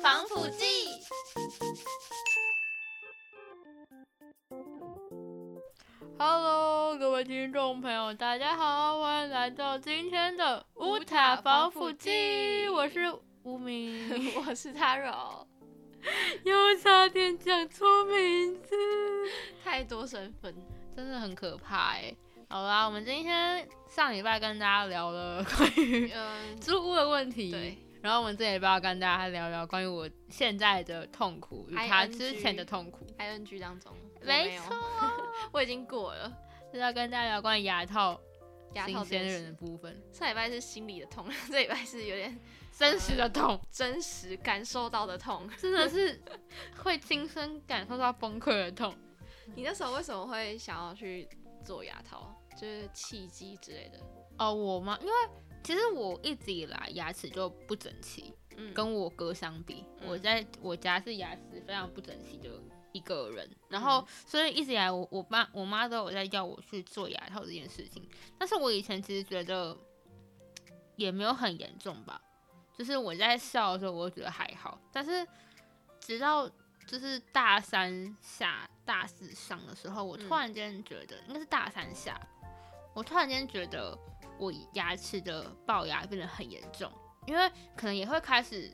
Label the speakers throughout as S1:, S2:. S1: 防腐剂。
S2: Hello，各位听众朋友，大家好，欢迎来到今天的乌塔防腐剂，我是无名，
S1: 我是 Taro，
S2: 又差点讲错名字，
S1: 太多身份，
S2: 真的很可怕哎、好啦，我们今天上礼拜跟大家聊了关于
S1: 嗯，
S2: 租屋的问题，
S1: 对，
S2: 然后我们这礼拜要跟大家聊聊关于我现在的痛苦与他
S1: ING
S2: 之前的痛苦，
S1: ，ING 当中，我
S2: 没
S1: 有
S2: 错，
S1: 我已经过了。
S2: 是要跟大家聊关于牙套
S1: 牙套这
S2: 新鲜
S1: 件
S2: 人的
S1: 事
S2: 部分，
S1: 上礼拜是心里的痛，这礼拜是有点
S2: 真实的痛。
S1: 真实感受到的 痛。
S2: 真的是会亲身感受到崩溃的痛。
S1: 你那时候为什么会想要去做牙套？就是契机之类的。
S2: 哦，我吗？因为其实我一直以来牙齿就不整齐，
S1: 嗯，
S2: 跟我哥相比，
S1: 嗯
S2: 我在我家是牙齿非常不整齐的一个人。然后，
S1: 嗯
S2: 所以一直以来我我妈我妈都有在叫我去做牙套这件事情，但是我以前其实觉得也没有很严重吧，就是我在笑的时候我就觉得还好，但是直到就是大三下大四上的时候，我突
S1: 嗯
S2: 然间觉得、应该是大三下，我突然间觉得我牙齿的龅牙变得很严重，因为可能也会开始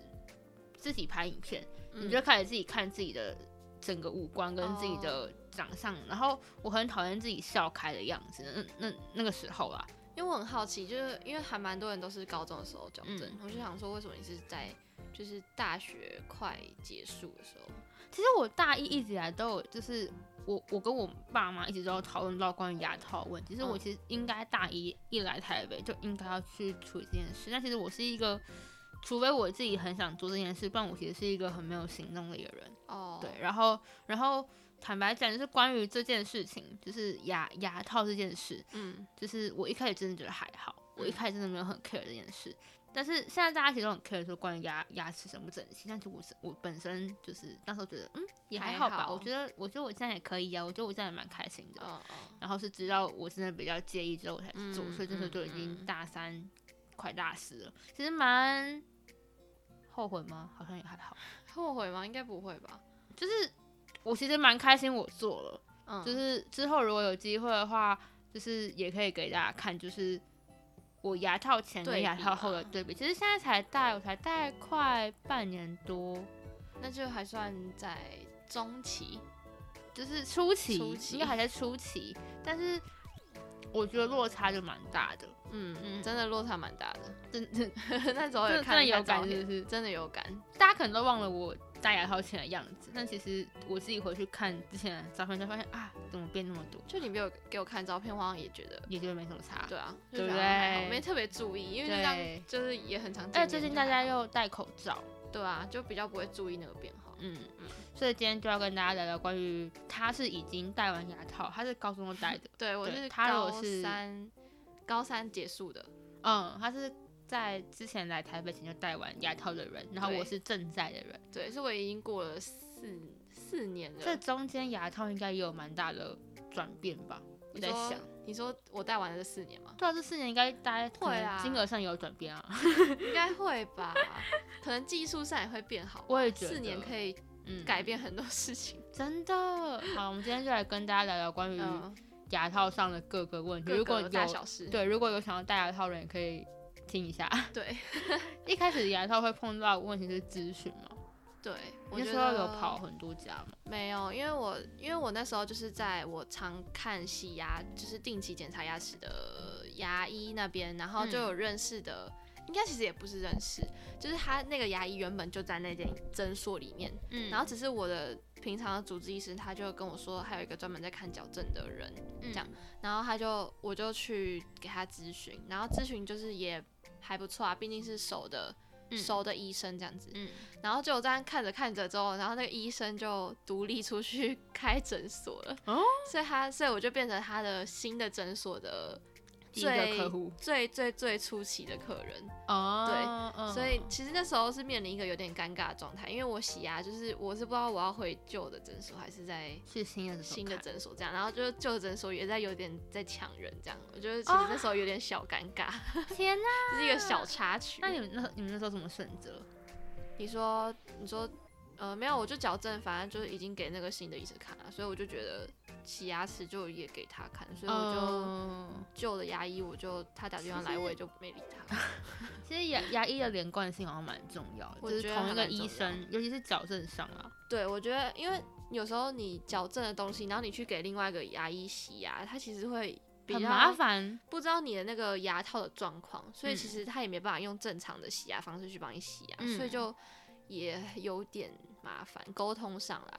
S2: 自己拍影片，
S1: 嗯
S2: 你就开始自己看自己的整个五官跟自己
S1: 哦
S2: 的长相，然后我很讨厌自己笑开的样子，那那那个时候啊啦，
S1: 因为我很好奇，就是因为还蛮多人都是高中的时候矫正，
S2: 嗯
S1: 我就想说，为什么你是在就是大学快结束的时候？
S2: 其实我大一一直以来都有，就是我我跟我爸妈一直都有讨论到关于牙套的问题。其实我
S1: 嗯
S2: 其实应该大一一来台北就应该要去处理这件事，但其实我是一个，除非我自己很想做这件事，不然我其实是一个很没有行动力的人。
S1: 哦，
S2: 对，，然后然后坦白讲，就是关于这件事情，就是牙牙套这件事，
S1: 嗯，
S2: 就是我一开始真的觉得还好，我一
S1: 嗯
S2: 开始真的没有很 care 这件事。但是现在大家其实都很 care 说关于牙牙齿整不整齐，但是我是我本身就是那时候觉得嗯也还
S1: 还
S2: 好吧，
S1: 好
S2: 我觉得我觉得我现在也可以啊，我觉得我现在也蛮开心的。
S1: 哦哦，
S2: 然后是直到我真的比较介意之后我才去做，
S1: 嗯
S2: 所以这时候
S1: 嗯
S2: 就已
S1: 嗯
S2: 经大三、快大四了，其实蛮后悔吗？好像也还好，
S1: 后悔吗？应该不会吧。
S2: 就是我其实蛮开心我做了，
S1: 嗯，
S2: 就是之后如果有机会的话，就是也可以给大家看，就是我牙套前
S1: 对
S2: 跟
S1: 比啊
S2: 牙套后的
S1: 嘛
S2: 对比。其实现在才戴，我才戴快半年多，
S1: 那就还算在中期。
S2: 就是初期，
S1: 初期
S2: 应该还在初期，但是我觉得落差就蛮大的，
S1: 嗯嗯，
S2: 嗯
S1: 真的落差蛮大的。
S2: 真真
S1: 那时候有
S2: 真
S1: 看
S2: 的
S1: 一下
S2: 有感，
S1: 照
S2: 是
S1: 片
S2: 不是？
S1: 真的有感。
S2: 大家可能都忘了我戴牙套前的样子，但其实我自己回去看之前的照片，才发现啊，怎么变那么多，
S1: 就你没有给我看照片，我好像也觉得，
S2: 也觉得没什么差。
S1: 对啊，就
S2: 对不
S1: 觉得还好
S2: 对
S1: 没特别注意，因为就这
S2: 对
S1: 样就是也很常见
S2: 而且
S1: 面。
S2: 最近
S1: 就
S2: 大家
S1: 还好
S2: 又戴口罩，
S1: 对啊，就比较不会注意那个变化。
S2: 嗯，所以今天就要跟大家聊聊关于他是已经戴完牙套，他是高中就戴的，
S1: 对，我
S2: 对
S1: 是
S2: 他如
S1: 高
S2: 果是
S1: 三，高三结束的，
S2: 嗯，他是在之前来台北前就戴完牙套的人，然后
S1: 对
S2: 我是正在的人，
S1: 对，是我已经过了四四年
S2: 这
S1: 了。
S2: 中间牙套应该也有蛮大的转变吧？我
S1: 你
S2: 在
S1: 说
S2: 想，
S1: 你说我戴完了这四年吗？
S2: 对啊，这四年应该大家可
S1: 会啊
S2: 能金额上也有转变啊，
S1: 应该会吧，可能技术上也会变好吧。
S2: 我也觉得
S1: 四年可以
S2: 嗯，
S1: 改变很多事情。
S2: 真的。好，我们今天就来跟大家聊聊关于
S1: 嗯，
S2: 牙套上的各个问题，
S1: 各
S2: 如果
S1: 个大
S2: 有
S1: 小事。
S2: 对如果有想要戴牙套的人也可以听一下。
S1: 对
S2: 一开始牙套会碰到的问题是咨询嘛？
S1: 对，我
S2: 那
S1: 觉
S2: 时候
S1: 得
S2: 有跑很多家嘛？
S1: 没有？因为我因为我那时候就是在我常看洗牙，就是定期检查牙齿的牙医那边，然后就
S2: 嗯
S1: 有认识的，应该其实也不是认识，就是他那个牙医原本就在那间诊所里面，
S2: 嗯
S1: 然后只是我的平常的主治医生他就跟我说，还有一个专门在看矫正的人，
S2: 嗯
S1: 这样然后他就我就去给他咨询，然后咨询就是也还不错啊，毕竟是熟的、
S2: 嗯
S1: 熟的医生这样子。
S2: 嗯，
S1: 然后就这样看着看着之后，然后那个医生就独立出去 开诊所了，
S2: 哦
S1: 所以他所以我就变成他的新的诊所的
S2: 第一个
S1: 最
S2: 客户
S1: 最最最初期的客人。
S2: 哦，嗯
S1: 所以其实那时候是面临一个有点尴尬的状态，因为我洗牙就是我是不知道我要回旧的诊所还是在
S2: 是新的
S1: 新的
S2: 诊
S1: 诊所这样，然后就是旧的诊所也在有点在抢人这样，我觉得其实
S2: 啊
S1: 那时候有点小尴尬，
S2: 所天哪！啊
S1: 这是一个小插曲。
S2: 那你们那你们那时候怎么选择？
S1: 你说你说呃没有，我就矫正，反正就是已经给那个新的医师看了，所以我就觉得洗牙齿就也给他看，所以我就。
S2: 嗯
S1: 旧的牙医，我就他打电话来，
S2: 其实
S1: 我也就没理他。
S2: 其实牙牙医的连贯性好像蛮重要的，
S1: 我
S2: 就是
S1: 觉得
S2: 同
S1: 还
S2: 一个
S1: 蛮重
S2: 医生，尤其是矫正上啊，
S1: 对，我觉得因为有时候你矫正的东西，然后你去给另外一个牙医洗牙，他其实会比较
S2: 很麻，烦。
S1: 不知道你的那个牙套的状况，所以
S2: 嗯
S1: 其实他也没办法用正常的洗牙方式去帮你洗牙，
S2: 嗯
S1: 所以就也有点麻烦，沟通上啦。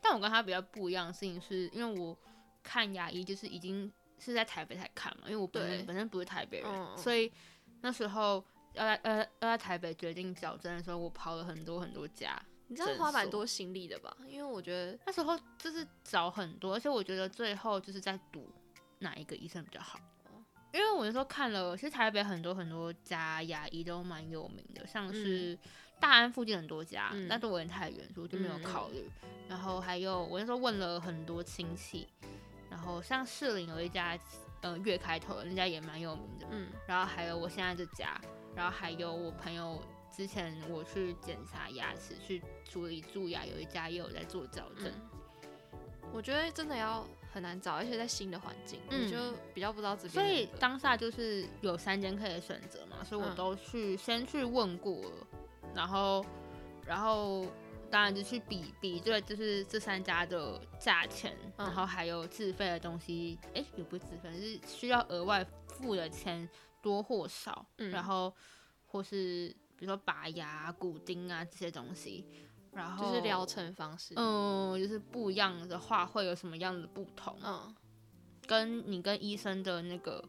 S2: 但我跟他比较不一样的事情是，因为我看牙医就是已经是在台北才看嘛，因为我本
S1: 对
S2: 身本身不是台北人，
S1: 嗯嗯
S2: 所以那时候要在呃要在台北决定矫正的时候，我跑了很多很多家。
S1: 你知道
S2: 诊
S1: 花蛮
S2: 所
S1: 多心力的吧？因为我觉得
S2: 那时候就是找很多，而且我觉得最后就是在赌哪一个医生比较好。
S1: 哦
S2: 因为我那时候看了，其实台北很多很多家牙医都蛮有名的，像是大安附近很多家，
S1: 嗯
S2: 但是我人太远，所以我就没有考虑。然后还有我那时候问了很多亲戚，然后像士林有一家，呃，月开头的那家也蛮有名的，
S1: 嗯
S2: 然后还有我现在这家，然后还有我朋友之前我去检查牙齿去处理蛀牙，有一家也有在做矫正。
S1: 嗯，我觉得真的要很难找，而且在新的环境，
S2: 嗯
S1: 你就比较不知道自己。
S2: 所以当下就是有三间可以选择嘛，所以我
S1: 嗯
S2: 都去、先去问过了，然后然后当然就去比比对，就是这三家的价钱，
S1: 嗯
S2: 然后还有自费的东西，诶，也不是自费，是需要额外付的钱多或少，
S1: 嗯
S2: 然后或是比如说拔牙啊、骨钉啊这些东西，然后
S1: 就是疗程方式，
S2: 嗯，就是不一样的话会有什么样的不同？
S1: 嗯，
S2: 跟你跟医生的那个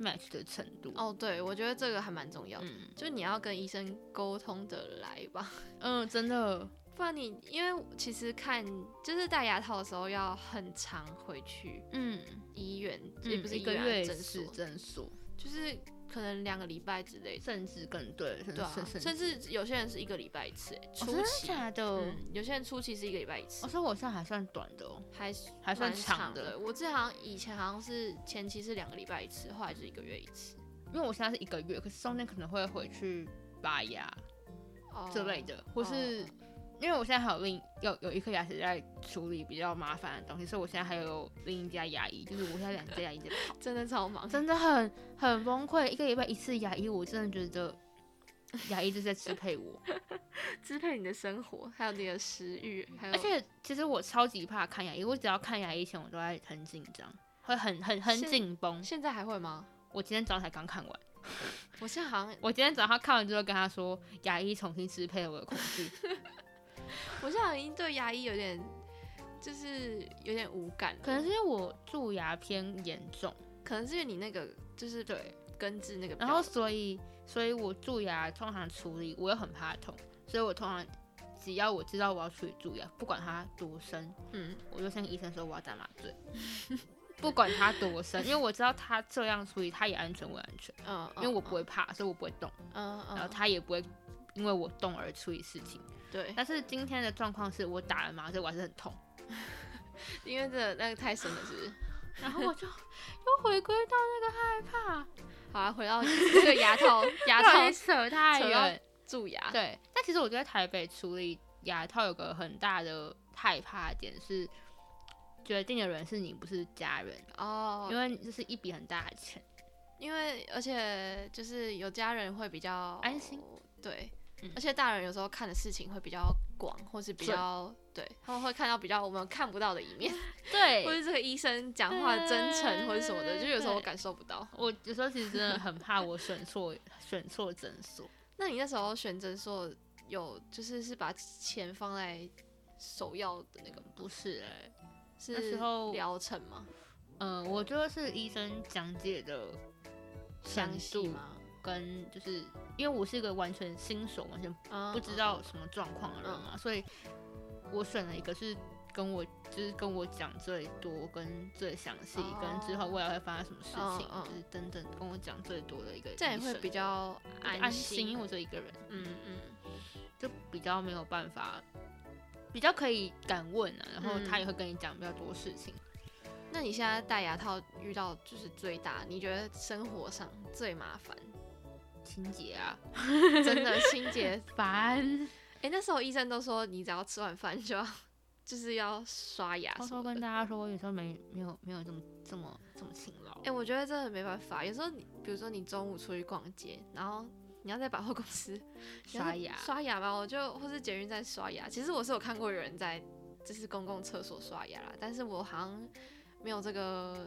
S2: match 的程度。
S1: 哦，对，我觉得这个还蛮重要的，
S2: 嗯
S1: 就你要跟医生沟通的来吧，
S2: 嗯，真的，
S1: 不然你因为其实看就是戴牙套的时候要很常回去
S2: 嗯，
S1: 医院，也
S2: 嗯
S1: 不是
S2: 一
S1: 医
S2: 个
S1: 院啊
S2: 月
S1: 诊所
S2: 是，诊所，
S1: 就是可能两个礼拜之类的，
S2: 甚至更对，甚
S1: 对 啊，
S2: 甚
S1: 甚至有些人是一个礼拜一次、欸，
S2: 哦
S1: 初
S2: 真的哦
S1: 期。
S2: 假的？
S1: 嗯，有些人初期是一个礼拜一次
S2: 我，说我现在还算短的哦，
S1: 还是
S2: 还算
S1: 蛮
S2: 长
S1: 长
S2: 的，
S1: 我之前好像以前好像是前期是两个礼拜一次，后来就是一个月一次，
S2: 因为我现在是一个月，可是中间可能会回去拔牙
S1: 哦
S2: 之类的，或是
S1: 哦
S2: 因为我现在还有另有有一颗牙齿在处理比较麻烦的东西，所以我现在还有另一家牙医，就是我现在两家牙医在跑。
S1: 真的超忙，
S2: 真的很很崩溃，一个礼拜一次牙医，我真的觉 得牙医就是在支配我，
S1: 支配你的生活，还有你的食欲，还有
S2: 而且其实我超级怕看牙医，我只要看牙医前我都在很紧张，会很很很
S1: 现
S2: 紧绷。
S1: 现在还会吗？
S2: 我今天早上才刚看完，
S1: 我现在好像，
S2: 我今天早上看完之后跟他说，牙医重新支配了我的恐惧，
S1: 我现在好像已经对牙医有点，就是有点无感了，
S2: 可能是因为我蛀牙偏严重，
S1: 可能是因为你那个就是
S2: 对，
S1: 根治那个比较，
S2: 然后所以所以我蛀牙通常处理我又很怕痛，所以我通常只要我知道我要处理蛀牙，不管它多深，
S1: 嗯，
S2: 我就先跟医生说我要打麻醉， 不管他多深，因为我知道他这样处理他也安全，我也安全，
S1: 嗯，
S2: 因为我不会怕，所以我不会动，
S1: 嗯，嗯
S2: 然后
S1: 嗯，
S2: 他也不会因为我动而处理事情。
S1: 对，
S2: 但是今天的状况是我打了麻醉，我还是很痛，
S1: 因为这个那个太深了，是不是？
S2: 然后我就 又回归到那个害
S1: 好啊，回到这个牙 套，牙
S2: 怕，
S1: 套
S2: 太扯太
S1: 扯到
S2: 远。
S1: 蛀牙，
S2: 对，但其实我觉得台北处理牙套有个很大的害怕点是，决定的人是你，不是家人，
S1: 哦，
S2: 因为这是一笔很大的钱。
S1: 因为而且就是有家人会比较
S2: 安心，
S1: 对，
S2: 嗯
S1: 而且大人有时候看的事情会比较广，或是比
S2: 准
S1: 较对，他们会看到比较我们看不到的一面，
S2: 对
S1: 或是这个医生讲话的真诚或者什么的，
S2: 对
S1: 就有时候我
S2: 对
S1: 感受不到。
S2: 我有时候其实真的很怕我选错 选错诊所，
S1: 那你那时候选诊所有就是是把钱放在首要的那个吗
S2: 不是哎、欸，那
S1: 是
S2: 时候
S1: 疗程吗？
S2: 嗯、我觉得是医生讲解的
S1: 详
S2: 详
S1: 细
S2: 细
S1: 吗？
S2: 跟就是因为我是一个完全新手，完全
S1: 啊
S2: 不知道什么状况的人嘛，
S1: 嗯
S2: 所以我选了一个是跟我就是跟我讲最多、跟最详细、
S1: 哦
S2: 跟之后未来会发生什么事情，
S1: 嗯嗯
S2: 就是等等跟我讲最多的一个医生，
S1: 这样也会比较
S2: 安
S1: 心。啊
S2: 因为我就一个人，
S1: 嗯嗯，
S2: 就比较没有办法，比较可以敢问啊，然后
S1: 嗯
S2: 他也会跟你讲比较多事情。
S1: 那你现在戴牙套遇到就是最大，你觉得生活上最麻烦？
S2: 情节啊，
S1: 真的，清洁
S2: 烦，
S1: 哎、哎、那时候医生都说你只要吃完饭就要就是要刷牙
S2: 偷
S1: 什
S2: 偷
S1: 么的
S2: 跟大家说，我有时候没没有没有这么这么这么勤劳
S1: 哎、。我觉得真的没办法。有时候你，比如说你中午出去逛街，然后你要在百货公司你要
S2: 刷
S1: 在
S2: 牙
S1: 刷牙嘛，我就或是捷运站刷牙。其实我是有看过有人在就是公共厕所刷牙啦，但是我好像没有这 个，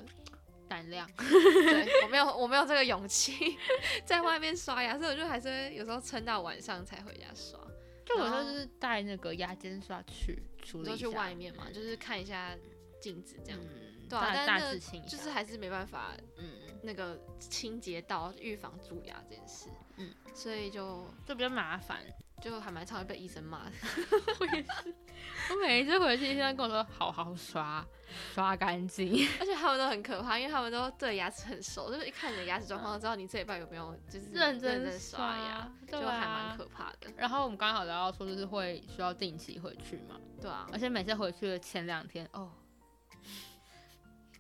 S2: 胆量，
S1: 对我没有我没有这个勇气 在外面刷牙，所以我就还是会有时候撑到晚上才回家刷。
S2: 就我
S1: 然
S2: 就
S1: 后
S2: 是带那个牙尖刷去处
S1: 你
S2: 理
S1: 说
S2: 一
S1: 去
S2: 下
S1: 外面嘛，就是看一下镜子这样，
S2: 嗯，
S1: 对啊
S2: 大
S1: 但
S2: 大
S1: 那
S2: 致清一
S1: 就是
S2: 下
S1: 还是没办法
S2: 嗯，
S1: 那个清洁到预防蛀牙这件事。
S2: 嗯，
S1: 所以就
S2: 就比较麻 烦。
S1: 就还蛮常被医生骂的。
S2: 我每一次回去，医生跟我说好好刷，刷干净。
S1: 而且他们都很可怕，因为他们都对牙齿很熟，就是一看你的牙齿状况，就知道你这一半有没有就是
S2: 认真
S1: 真刷牙，，
S2: 对
S1: 就还
S2: 啊
S1: 蛮可怕的。
S2: 然后我们刚好聊到说，就是会需要定期回去嘛，
S1: 对啊，
S2: 而且每次回去的前两天，哦，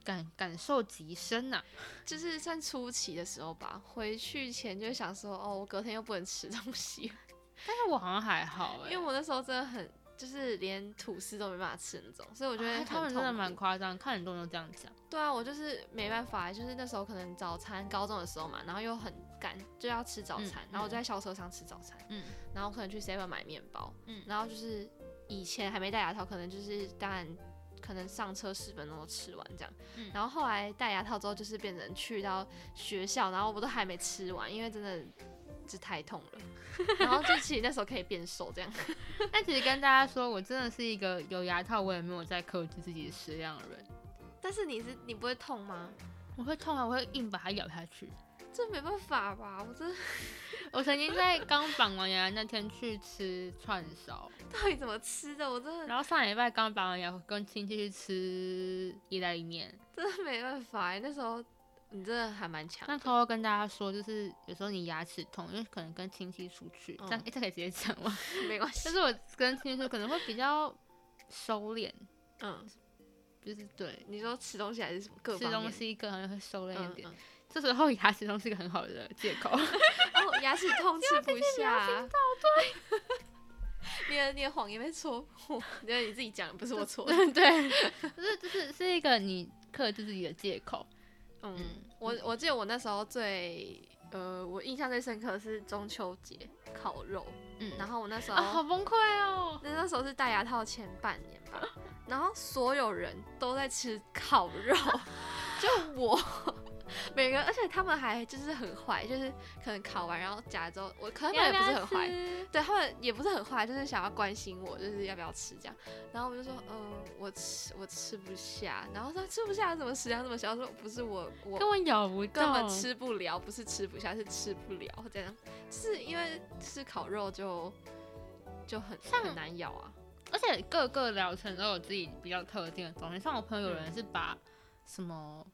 S2: 感感受极深啊呐、
S1: 就是算初期的时候吧，回去前就想说，哦，我隔天又不能吃东西，
S2: 但是我好像还好哎、
S1: 因为我那时候真的很。就是连吐司都没办法吃那种，所以我
S2: 我
S1: 觉得、
S2: 啊他们真的蛮夸张，看很多人都这样讲。
S1: 对啊，我就是没办法，就是那时候可能早餐高中的时候嘛，然后又很赶，就要吃早餐，
S2: 嗯
S1: 然后我就在校车上吃早餐，
S2: 嗯
S1: 然后可能去 Seven 买面包，
S2: 嗯
S1: 然后就是以前还没戴牙套，可能就是当然可能上车十分钟就吃完这样，
S2: 嗯
S1: 然后后来戴牙套之后就是变成去到学校，然后我都还没吃完，因为真的是太痛了， 然后就其实那时候可以变瘦这样，
S2: 但其实跟大家说，我真的是一个有牙套，我也没有在克制自己的食量的人。
S1: 但是你是你不会痛吗？
S2: 我会痛啊，我会硬把它咬下去。
S1: 这没办法吧，我真的
S2: 我曾经在刚绑完牙那天去吃串 烧，
S1: 到底怎么吃的？我真的。
S2: 然后上礼拜刚绑完牙，跟亲戚去吃意大利面。
S1: 真的没办法欸，那时候你真的还蛮强
S2: 那。偷偷跟大家说，就是有时候你牙齿痛，因为可能跟亲戚出去，这样、
S1: 嗯
S2: 诶这可以直接讲吗？
S1: 没关系
S2: 但。是我跟亲戚出去可能会比较收敛，
S1: 嗯，
S2: 就是对
S1: 你说吃东西还是什么各
S2: 吃
S1: 方
S2: 东
S1: 面？
S2: 西可能会收敛
S1: 嗯
S2: 一点。
S1: 嗯
S2: 这时候牙齿痛是一个很好的借 口。
S1: 哦，牙齿痛吃不下。 对。你的你的谎言被戳 破，因为你自己讲，不是我戳的。 嗯
S2: 对，就是就是是一个你克制自己的借口。
S1: 嗯
S2: 嗯，
S1: 我我记得我那时候最呃，我印象最深刻的是中秋节烤肉，
S2: 嗯，
S1: 然后我那时
S2: 啊，好
S1: 候
S2: 崩溃哦！
S1: 那那时候是戴牙套前半年吧，然后所有人都在吃烤肉， 就我。每个，而且他们还就是很坏，就是可能烤完然后夹之后，我可能他们也不是很坏，
S2: 坏，
S1: 对他们也不是很坏，就是想要关心我，就是要不要吃这样。然后我就说，嗯、我吃我吃不下。然后说吃不下怎么食量这么小？我说不是我我
S2: 根本咬不
S1: 根
S2: 动，
S1: 本吃不了，不是吃不下，是吃不了这样。就是因为吃烤肉就就很很难咬啊。
S2: 而且各个呃疗程都有自己比较特定的东西，像我朋友有人是把什么。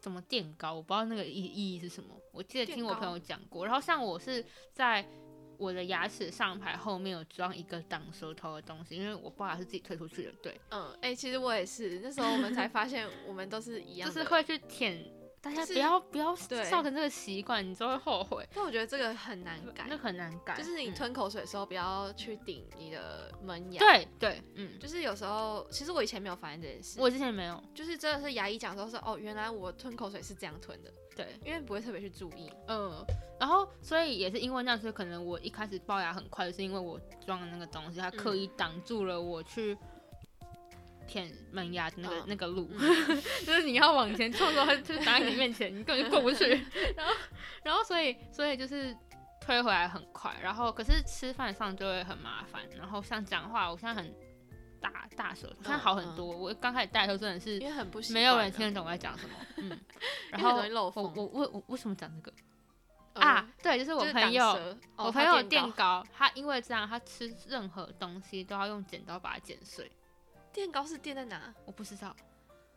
S2: 什么垫高，我不知道那个意意义是什么。我记得听我
S1: 垫高
S2: 朋友讲过。然后像我是在我的牙齿上排后面有装一个挡舌头的东西，因为我不好是自己推出去的，对，
S1: 嗯，哎、其实我也是，那时候我们才发现我们都是一样
S2: 就
S1: 的。
S2: 是会去舔。大家
S1: 就是
S2: 不要不要
S1: 对
S2: 造成这个习惯，你就会后悔，
S1: 但我觉得这个很难改
S2: 那，很难改。
S1: 就是你
S2: 嗯
S1: 吞口水的时候不要去顶你的门牙。。
S2: 对对，嗯，
S1: 就是有时候，其实我以前没有发现这件事，
S2: 我之前没有，
S1: 就是真的是牙医讲说是哦，原来我吞口水是这样吞的，
S2: 对，
S1: 因为不会特别去注意。
S2: 嗯，然后所以也是因为那样，所以可能我一开始龅牙很快，就是因为我装的那个东西，它刻意挡住了我去舔门牙的那个、
S1: 嗯
S2: 那个路， 就是你要往前冲的时候，它就挡在你面前，你根本就过 不去。然后，然后所以所以就是推回来很快，然后可是吃饭上就会很麻烦，然后像讲话，我现在很大大舌头，现在好很多。
S1: 嗯
S2: 我刚开始戴的时候真的是
S1: 因为很不习惯
S2: 没
S1: 啊
S2: 有人听得懂我在讲什么，嗯，然后
S1: 因为很容易漏
S2: 我
S1: 风
S2: 我我我为什么讲这个？
S1: 嗯
S2: 啊，对，就是我
S1: 就是
S2: 朋友，
S1: 挡舌哦
S2: 我朋友
S1: 他
S2: 垫
S1: 垫
S2: 高，他因为这样，他吃任何东西都要用剪刀把它剪碎。
S1: 垫高是垫在哪？
S2: 我不知道，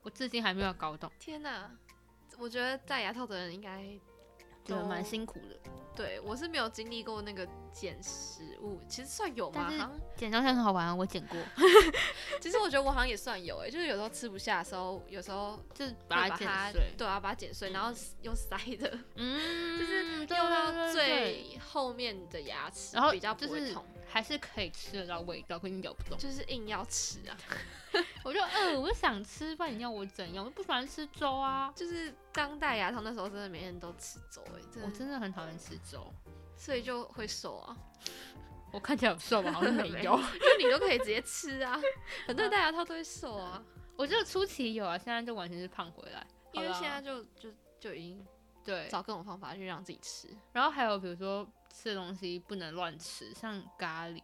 S2: 我至今还没有搞懂，
S1: 天哪！我觉得戴牙套的人应该
S2: 觉得
S1: 都
S2: 蛮辛苦的。
S1: 对我是没有经历过那个捡食物，其实算有吗？好
S2: 但是
S1: 像
S2: 剪刀线很好玩啊，我剪过，
S1: 其实我觉得我好像也算有哎、就是有时候吃不下的时候，有时候
S2: 就是
S1: 会
S2: 把
S1: 把
S2: 它剪
S1: 它
S2: 碎。
S1: 对啊，把它剪碎，然后用塞的，
S2: 嗯，
S1: 就是
S2: 对
S1: 用到
S2: 对对对
S1: 最后面的牙齿
S2: 然后
S1: 比较不
S2: 就
S1: 会
S2: 是
S1: 痛，
S2: 还是可以吃得到味道，可是你咬不动。
S1: 就是硬要吃啊，
S2: 我就饿，我就想吃，不然你要我怎样？我就不喜欢吃粥啊，
S1: 就是当戴牙套那时候真的每天都吃粥哎、真
S2: 我
S1: 的，
S2: 真的很讨厌吃粥。
S1: 所以就会瘦啊，
S2: 我看起来有瘦 吗？好像没有。
S1: 因为你都可以直接吃 啊，很多人戴牙套都会瘦啊，
S2: 我只有初期有啊，现在就完全是胖回来。
S1: 因为
S2: 好啦
S1: 现在就就就已经
S2: 对，
S1: 找各种方法去让自己吃，
S2: 然后还有比如说吃的东西不能乱吃，像咖喱，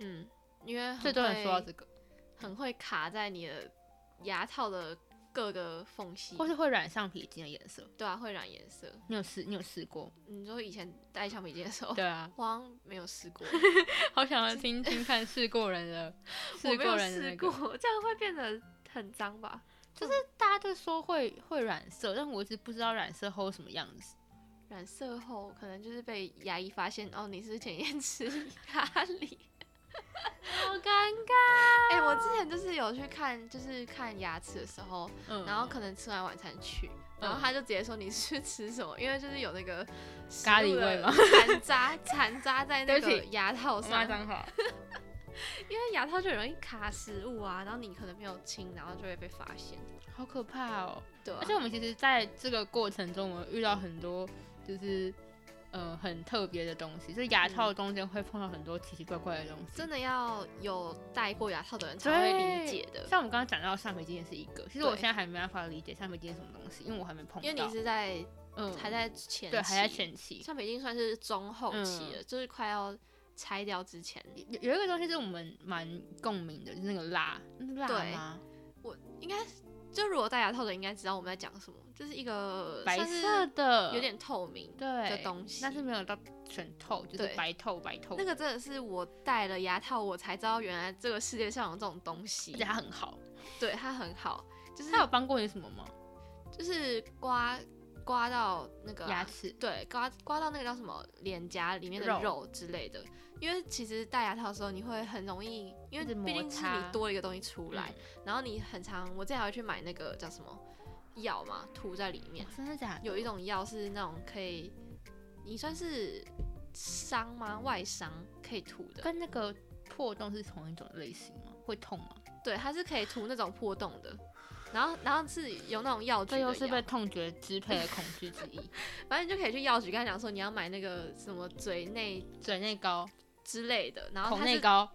S1: 嗯，因为很
S2: 最多人
S1: 会
S2: 说到这个，
S1: 很会卡在你的牙套的各个缝隙，
S2: 或是会染橡皮筋的颜色。
S1: 对啊，会染颜色。
S2: 你有试？你有试过？
S1: 你说以前戴橡皮筋的时候，
S2: 对啊，
S1: 我好像没有试过，
S2: 好想要听听看试过人 的，
S1: 我
S2: 试
S1: 没有
S2: 过人的、
S1: 试
S2: 那个
S1: 过，这样会变得很脏吧？
S2: 大家都说会会染色，但我一直不知道染色后什么样子。
S1: 染色后可能就是被牙医发现，哦，你是前天吃咖喱。
S2: 好尴尬。
S1: 哎、我之前就是有去看，就是看牙齿的时候，
S2: 嗯
S1: 然后可能吃完晚餐去，然后他就直接说你是吃什么，因为就是有那个食
S2: 咖喱
S1: 物的
S2: 味吗
S1: 残渣残渣在那
S2: 对不
S1: 个牙套
S2: 骂
S1: 上，
S2: 脏话。
S1: 因为牙套就很容易卡食物啊，然后你可能没有清，然后就会被发现。
S2: 好可怕哦！
S1: 对、啊，
S2: 而且我们其实在这个过程中，我们遇到很多就是呃很特别的东西，就是牙套中间会碰到很多奇奇怪怪的东西，
S1: 真的要有戴过牙套的人才会理解
S2: 对
S1: 的，
S2: 像我们刚刚讲到橡皮筋也是一个，其实
S1: 对
S2: 我现在还没办法理解橡皮筋是什么东西，因为我还没碰到。
S1: 因为你是在
S2: 嗯
S1: 还在前期
S2: 对还在前期。嗯
S1: 像北京算是中后期了，就是快要拆掉之前，
S2: 有有一个东西是我们蛮共鸣的，就是那个蜡，那是蜡
S1: 对
S2: 吗？
S1: 应该是就如果戴牙套的应该知道我们在讲什么，就是一个
S2: 白
S1: 算是
S2: 色的，
S1: 有点透明，
S2: 对
S1: 的东西
S2: 但是没有到全透，就是
S1: 对
S2: 白透白透。
S1: 那个真的是我戴了牙套，我才知道原来这个世界上有这种东西
S2: 而且，它很好，
S1: 对它很好，就是
S2: 它有帮过你什么吗？
S1: 就是刮刮到那个啊、
S2: 牙齿。
S1: 对，刮刮到那个叫什么脸颊里面的
S2: 肉
S1: 肉之类的，因为其实戴牙套的时候你会很容易，因为
S2: 一直摩
S1: 毕竟是
S2: 擦嗯
S1: 你多了一个东西出来，然后你很常，我之前还会去买那个叫什么药嘛，涂在里面
S2: 哦，真的假的？
S1: 有一种药是那种可以，你算是伤吗？外伤可以涂的，
S2: 跟那个破洞是同一种类型吗？会痛吗？
S1: 对，它是可以涂那种破洞的，然后然后是有那种药局
S2: 这
S1: 的药
S2: 又，是被痛觉支配的恐惧之一。
S1: 反正你就可以去药局跟他讲说你要买那个什么嘴内
S2: 嘴内膏、
S1: 之类的，然后
S2: 口
S1: 它
S2: 内
S1: 是
S2: 膏，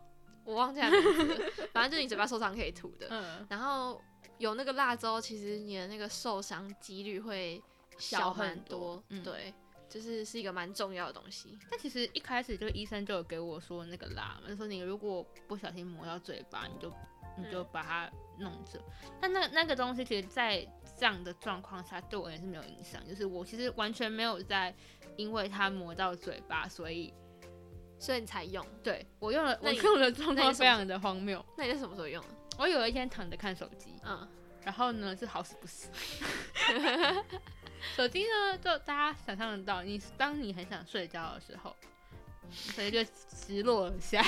S1: 我忘记它名字了，反正就是你嘴巴受伤可以涂的。
S2: 嗯，
S1: 然后有那个辣之后，其实你的那个受伤几率会小蛮
S2: 小很多嗯
S1: 对，就是是一个蛮重要的东西。
S2: 但其实一开始就医生就有给我说那个蜡嘛，就说你如果不小心磨到嘴巴，你就你
S1: 嗯
S2: 就把它弄着。但那那个东西，其实，在这样的状况下，对我也是没有影响。就是我其实完全没有在因为它磨到嘴巴，所以
S1: 所以你才用。
S2: 对我用了我
S1: 那你
S2: 用的
S1: 那
S2: 状况
S1: 你什么
S2: 非常的荒谬。
S1: 那你是什么时候用的？
S2: 我有一天躺着看手机，
S1: 嗯，
S2: 然后呢是好死不死， 手机呢就大家想象得到，你当你很想睡觉的时候，所以就直落了 下，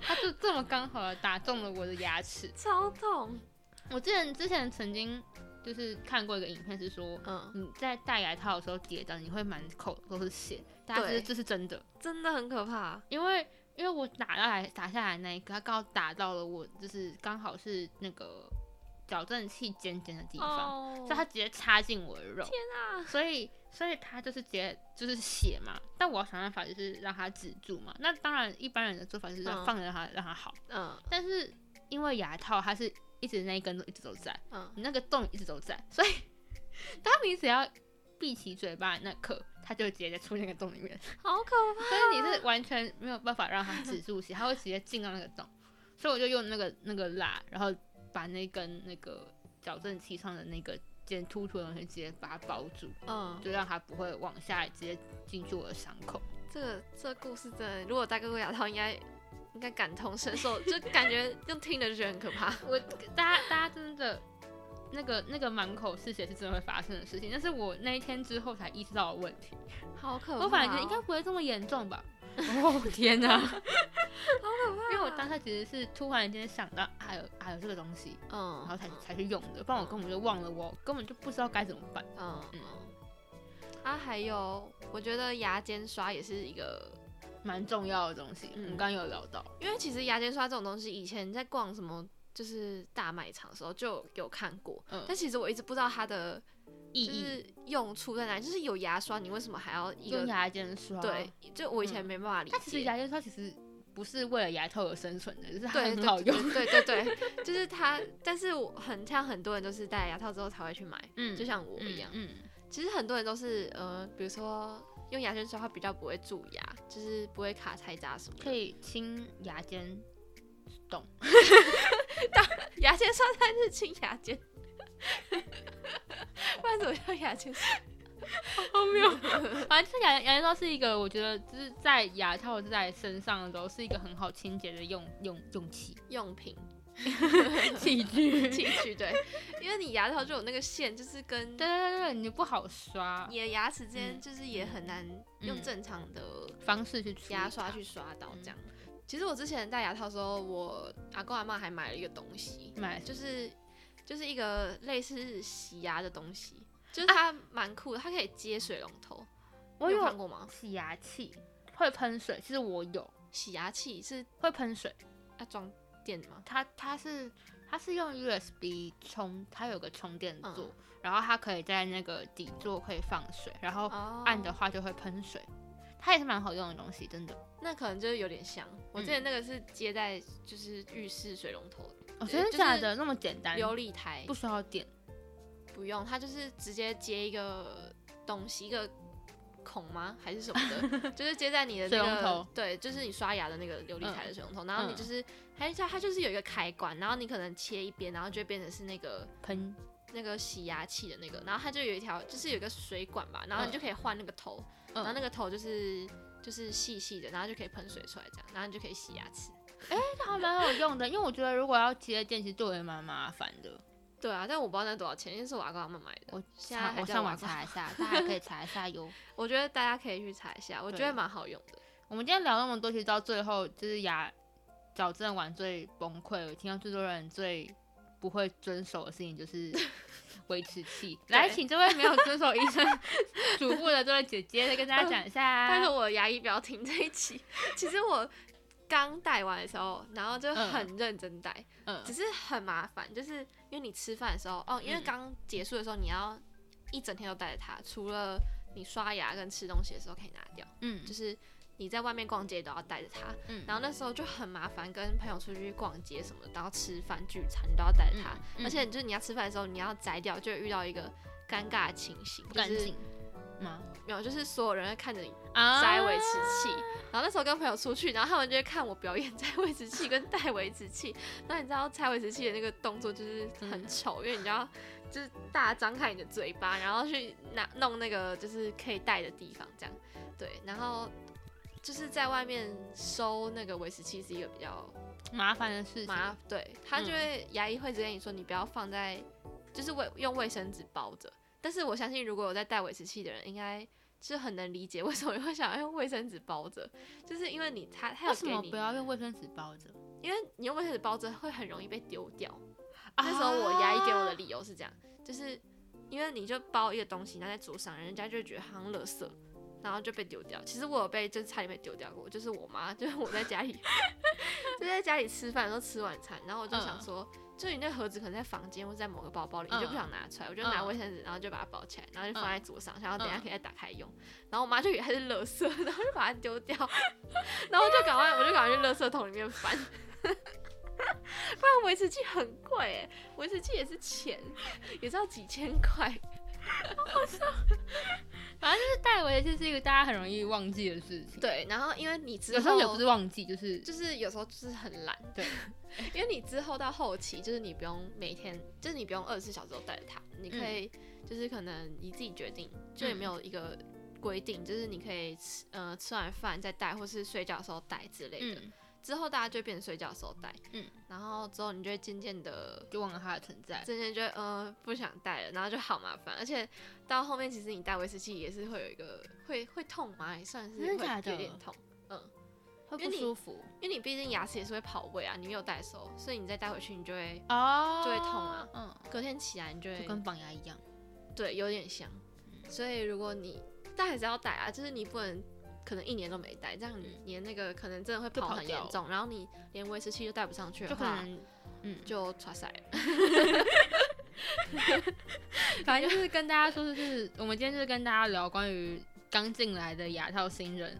S2: 它就这么刚好的打中了我的牙齿。
S1: 超痛。
S2: 我之前之前曾经就是看过一个影片，是说
S1: 嗯，
S2: 你在戴牙套的时候跌倒，你会满口都是血，大家
S1: 对
S2: 这这是真的，
S1: 真的很可怕。
S2: 因为。因为我打下来打下来那一刻，它刚好打到了我，就是刚好是那个矫正器尖尖的地方，
S1: 哦
S2: 所以它直接插进我的肉，
S1: 天啊！
S2: 所以所以它就是直接就是血嘛。但我要想办法就是让它止住嘛。那当然一般人的做法就是让、
S1: 嗯
S2: 放着让它让它好，
S1: 嗯
S2: 但是因为牙套它是一直那一根都一直都在，
S1: 嗯，
S2: 你那个洞一直都在，所以 当你只要闭起嘴巴的那刻，它就直接在出那个洞里面，
S1: 好可怕。
S2: 所以你是完全没有办法让它止住血，它会直接进到那个洞。所以我就用那个那个蜡，然后把那根那个矫正器上的那个尖突出的东西直接把它包住。
S1: 嗯，
S2: 就让它不会往下直接进去我的伤口。
S1: 这个这故事真的，如果戴哥哥牙套，应该应该感同身受，就感觉用听的就觉得很可怕。
S2: 我大家大家真的那个那个满口是血是真的会发生的事情，但是我那一天之后才意识到我问题，
S1: 好可怕哦、
S2: 我反而觉得应该不会这么严 重吧。哦天哪！
S1: 啊好可怕，
S2: 因为我当下其实是突然间想到哎还有还有这个东西，
S1: 嗯，
S2: 然后才才去用的，不然我根本就忘了，我根本就不知道该怎么办。
S1: 嗯
S2: 嗯
S1: 嗯，啊，还有我觉得牙尖刷也是一个，
S2: 蛮重要的东西。
S1: 嗯
S2: 我们刚刚有聊到，
S1: 因为其实牙尖刷这种东西，以前在逛什么就是大卖场的时候就有看过，
S2: 嗯
S1: 但其实我一直不知道它的
S2: 意
S1: 就
S2: 义
S1: 是用处在哪里。就是有牙刷，你为什么还要一
S2: 用
S1: 个？
S2: 牙尖刷，
S1: 对，，就我以前
S2: 嗯
S1: 没办法理解。
S2: 但其实牙尖刷其实不是为了牙套而生存的，就是它
S1: 对
S2: 很
S1: 对
S2: 好用。
S1: 对对对对，就是它。但是我很像很多人都是戴牙套之后才会去买，
S2: 嗯
S1: 就像我
S2: 我
S1: 一样。
S2: 嗯，嗯
S1: 其实很多人都是呃，比如说用牙线刷，它比较不会蛀牙，就是不会卡菜渣什么
S2: 可
S1: 的。
S2: 以清牙尖洞。
S1: 牙线刷它是清牙尖， 不然怎么叫牙线刷？
S2: 荒谬。反正牙牙套是一个，我觉得就是在牙套在身上的时候是一个很好清洁的用用用 器
S1: 用品
S2: 器具。
S1: 器具对，因为你牙套就有那个线，就是跟
S2: 对对对对，你不好刷
S1: 你的牙齿之间，
S2: 嗯
S1: 就是也很难用
S2: 嗯
S1: 正常的
S2: 方式去处理
S1: 牙刷
S2: 它
S1: 去刷到
S2: 嗯
S1: 这样。其实我之前戴牙套的时候，我阿公阿妈还买了一个东西，
S2: 买
S1: 就是就是一个类似洗牙的东西，就是它蛮酷的，它可以接水龙头。
S2: 啊我
S1: 你
S2: 有
S1: 有看过吗？
S2: 洗牙器会喷水，其实我有
S1: 洗牙器是
S2: 会喷水，
S1: 要装电的吗？
S2: 它它是它是用 USB 充，它有个充电座，
S1: 嗯
S2: 然后它可以在那个底座可以放水，然后
S1: 哦
S2: 按的话就会喷水，它也是蛮好用的东西，真的。
S1: 那可能就是有点像。我
S2: 嗯
S1: 之前那个是接在就是浴室水龙头
S2: 哦，
S1: 对就
S2: 真的
S1: 是
S2: 假的？那么简单？
S1: 琉璃台，
S2: 不需要电。
S1: 不用，它就是直接接一个东西，一个孔吗？还是什么 的？就是接在你的、那个、
S2: 水龙头
S1: 对，就是你刷牙的那个琉璃台的水龙头，然后你
S2: 嗯
S1: 就是还有它，它就是有一个开关，然后你可能切一边，然后就会变成是那个
S2: 喷
S1: 那个洗牙器的那个，然后它就有一条，就是有一个水管吧，然后你就可以换那个头，
S2: 嗯
S1: 然后那个头就是。就是细细的，然后就可以喷水出来，这样，然后你就可以洗牙齿。
S2: 这还蛮有用的，因为我觉得如果要接电，其实对我也蛮麻烦的。
S1: 对啊，但我不知道那多少钱，因为是我阿公他们买的。
S2: 我
S1: 现在
S2: 查
S1: 还
S2: 我
S1: 在
S2: 上
S1: 网
S2: 网查一下，大家可以查一下 有。
S1: 我觉得大家可以去查一下，我觉
S2: 对
S1: 得蛮好用的。
S2: 我们今天聊那么多，其实到最后就是牙矫正完最崩溃，我听到最多人最不会遵守的事情就是 维持器。来，
S1: 对
S2: 请这位没有遵守医生 嘱咐的这位姐姐，再跟大家讲一 下。
S1: 但是我的牙医不要听这一 期。其实我刚戴完的时候，然后就很认真戴，
S2: 嗯
S1: 只是很麻烦，就是因为你吃饭的时候，哦，因为
S2: 嗯
S1: 刚结束的时候你要一整天都戴着它，除了你刷牙跟吃东西的时候可以拿掉，
S2: 嗯
S1: 就是你在外面逛街都要戴着它。
S2: 嗯
S1: 然后那时候就很麻烦，跟朋友出去逛街什么，然后吃饭聚餐你都要戴着它，
S2: 嗯嗯
S1: 而且就是你要吃饭的时候你要摘掉，就会遇到一个尴尬的情形，
S2: 不
S1: 就
S2: 干
S1: 是
S2: 净吗？
S1: 没有，就是所有人会看着你
S2: 啊
S1: 摘维持器。然后那时候跟朋友出去，然后他们就会看我表演摘维持器跟戴维持器。那你知道摘维持器的那个动作就是很丑，因为你知道 就是大张开你的嘴巴，然后去拿弄那个就是可以戴的地方，这样对。然后就是在外面收那个维持器是一个比较
S2: 麻烦的事情。嗯
S1: 麻，对他就会、牙医会直接跟你说你不要放在，就是卫用卫生纸包着。但是我相信，如果有在戴维持器的人，应该是很能理解为什么你会想要用卫生纸包着，就是因为你他他有
S2: 为什
S1: 给
S2: 么
S1: 你
S2: 不，要用卫生纸包着？
S1: 因为你用卫生纸包着会很容易被丢掉。那时候我牙医给我的理由是这样，就是因为你就包一个东西拿在桌上，人家就会觉得好像垃圾，然后就被丢掉。其实我有被就是差点被丢掉过，就是我妈，就是我在家里 就在家里吃饭的时候吃晚餐，然后我就想说，就你那盒子可能在房间或者在某个包包里，你就不想拿出来，我就拿
S2: 嗯
S1: 卫生纸，然后就把它包起来，然后就放在桌上，想要等一下可以再打开用。然后我妈就以为它是垃圾， 然后就把它丢掉， 然后我就赶快我就赶快去垃圾桶里面翻。不然维持器很贵哎，维持器也是钱，也是要几千块。
S2: 戴维就是一个大家很容易忘记的事情。，
S1: 对，然后因为你之后
S2: 有时候也不是忘记，就是
S1: 就是有时候就是很懒，
S2: 对，
S1: 因为你之后到后期就是你不用每天，就是你不用二十四小时都带着它，你可以
S2: 嗯
S1: 就是可能你自己决定，就也没有一个规定，就是你可以吃呃吃完饭再带，或是睡觉的时候带之类的。
S2: 嗯，
S1: 之后大家就变成睡觉的时候带，
S2: 嗯，
S1: 然后之后你就会渐渐的
S2: 就忘了它的存在。
S1: 真的就会嗯、不想戴了，然后就好麻烦，而且到后面其实你戴维持器也是会有一个会会痛吗？也算是
S2: 真
S1: 会
S2: 的假的
S1: 有点痛，嗯，
S2: 会
S1: 因
S2: 不
S1: 为你
S2: 舒服
S1: 因为你毕竟牙齿也是会跑位啊，你没有戴手，所以你再戴回去你就会
S2: 哦
S1: 就会痛啊，
S2: 嗯，
S1: 隔天起来你就
S2: 就
S1: 会
S2: 跟绑牙一样。
S1: 对有点像，所以如果你但还是要戴啊，就是你不能可能一年都没戴，这样你连那个可能真的会
S2: 嗯就
S1: 跑
S2: 跑
S1: 很严
S2: 掉
S1: 重，然后你连维持器都戴不上去
S2: 就
S1: 的
S2: 可
S1: 话，
S2: 能嗯，
S1: 就穿塞了。
S2: 反正就是跟大家说，就是我们今天就是跟大家聊关于刚进来的牙套新人，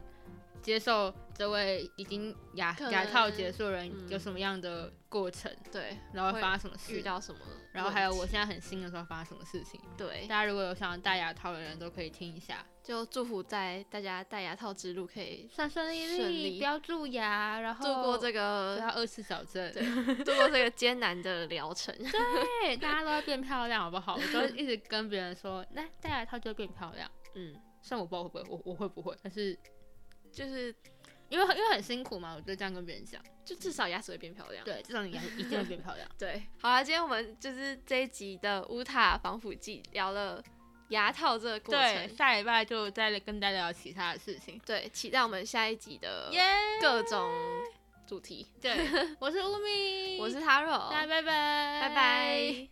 S2: 接受这位已经牙
S1: 可能
S2: 牙套结束的人
S1: 嗯
S2: 有什么样的过程，
S1: 对，
S2: 然后
S1: 会
S2: 会发生什么
S1: 遇
S2: 事，
S1: 到什么？
S2: 然后还有我现在很新的时候发生什么事情。
S1: 对
S2: 大，家如果有想要戴牙套的人都可以听一下，
S1: 就祝福在大家戴牙套之路可以
S2: 顺顺利
S1: 顺
S2: 利，
S1: 利
S2: 不要蛀牙，然后
S1: 度过这
S2: 不
S1: 个
S2: 要二次矫正，
S1: 对度过这个艰难的疗程。
S2: 对，大家都要变漂亮，好不好？我都一直跟别人说， 那戴牙套就会变漂亮。
S1: 嗯，
S2: 虽然我不知道会不会，我我会不会，但是
S1: 就是
S2: 因为很因为很辛苦嘛，我就这样跟别人讲。
S1: 就至少牙齿会变漂亮。
S2: 对，至少你牙一定会变漂亮。
S1: 对，好啊了，今天我们就是这一集的乌塔防腐剂聊了牙套这个过
S2: 对，
S1: 程。
S2: 下礼拜就再跟大家聊其他的事情。
S1: 对，期待我们下一集的
S2: 耶、
S1: 各种主题。
S2: 对，我是乌米，
S1: 我是 Taro，
S2: 大家拜拜，
S1: 拜拜。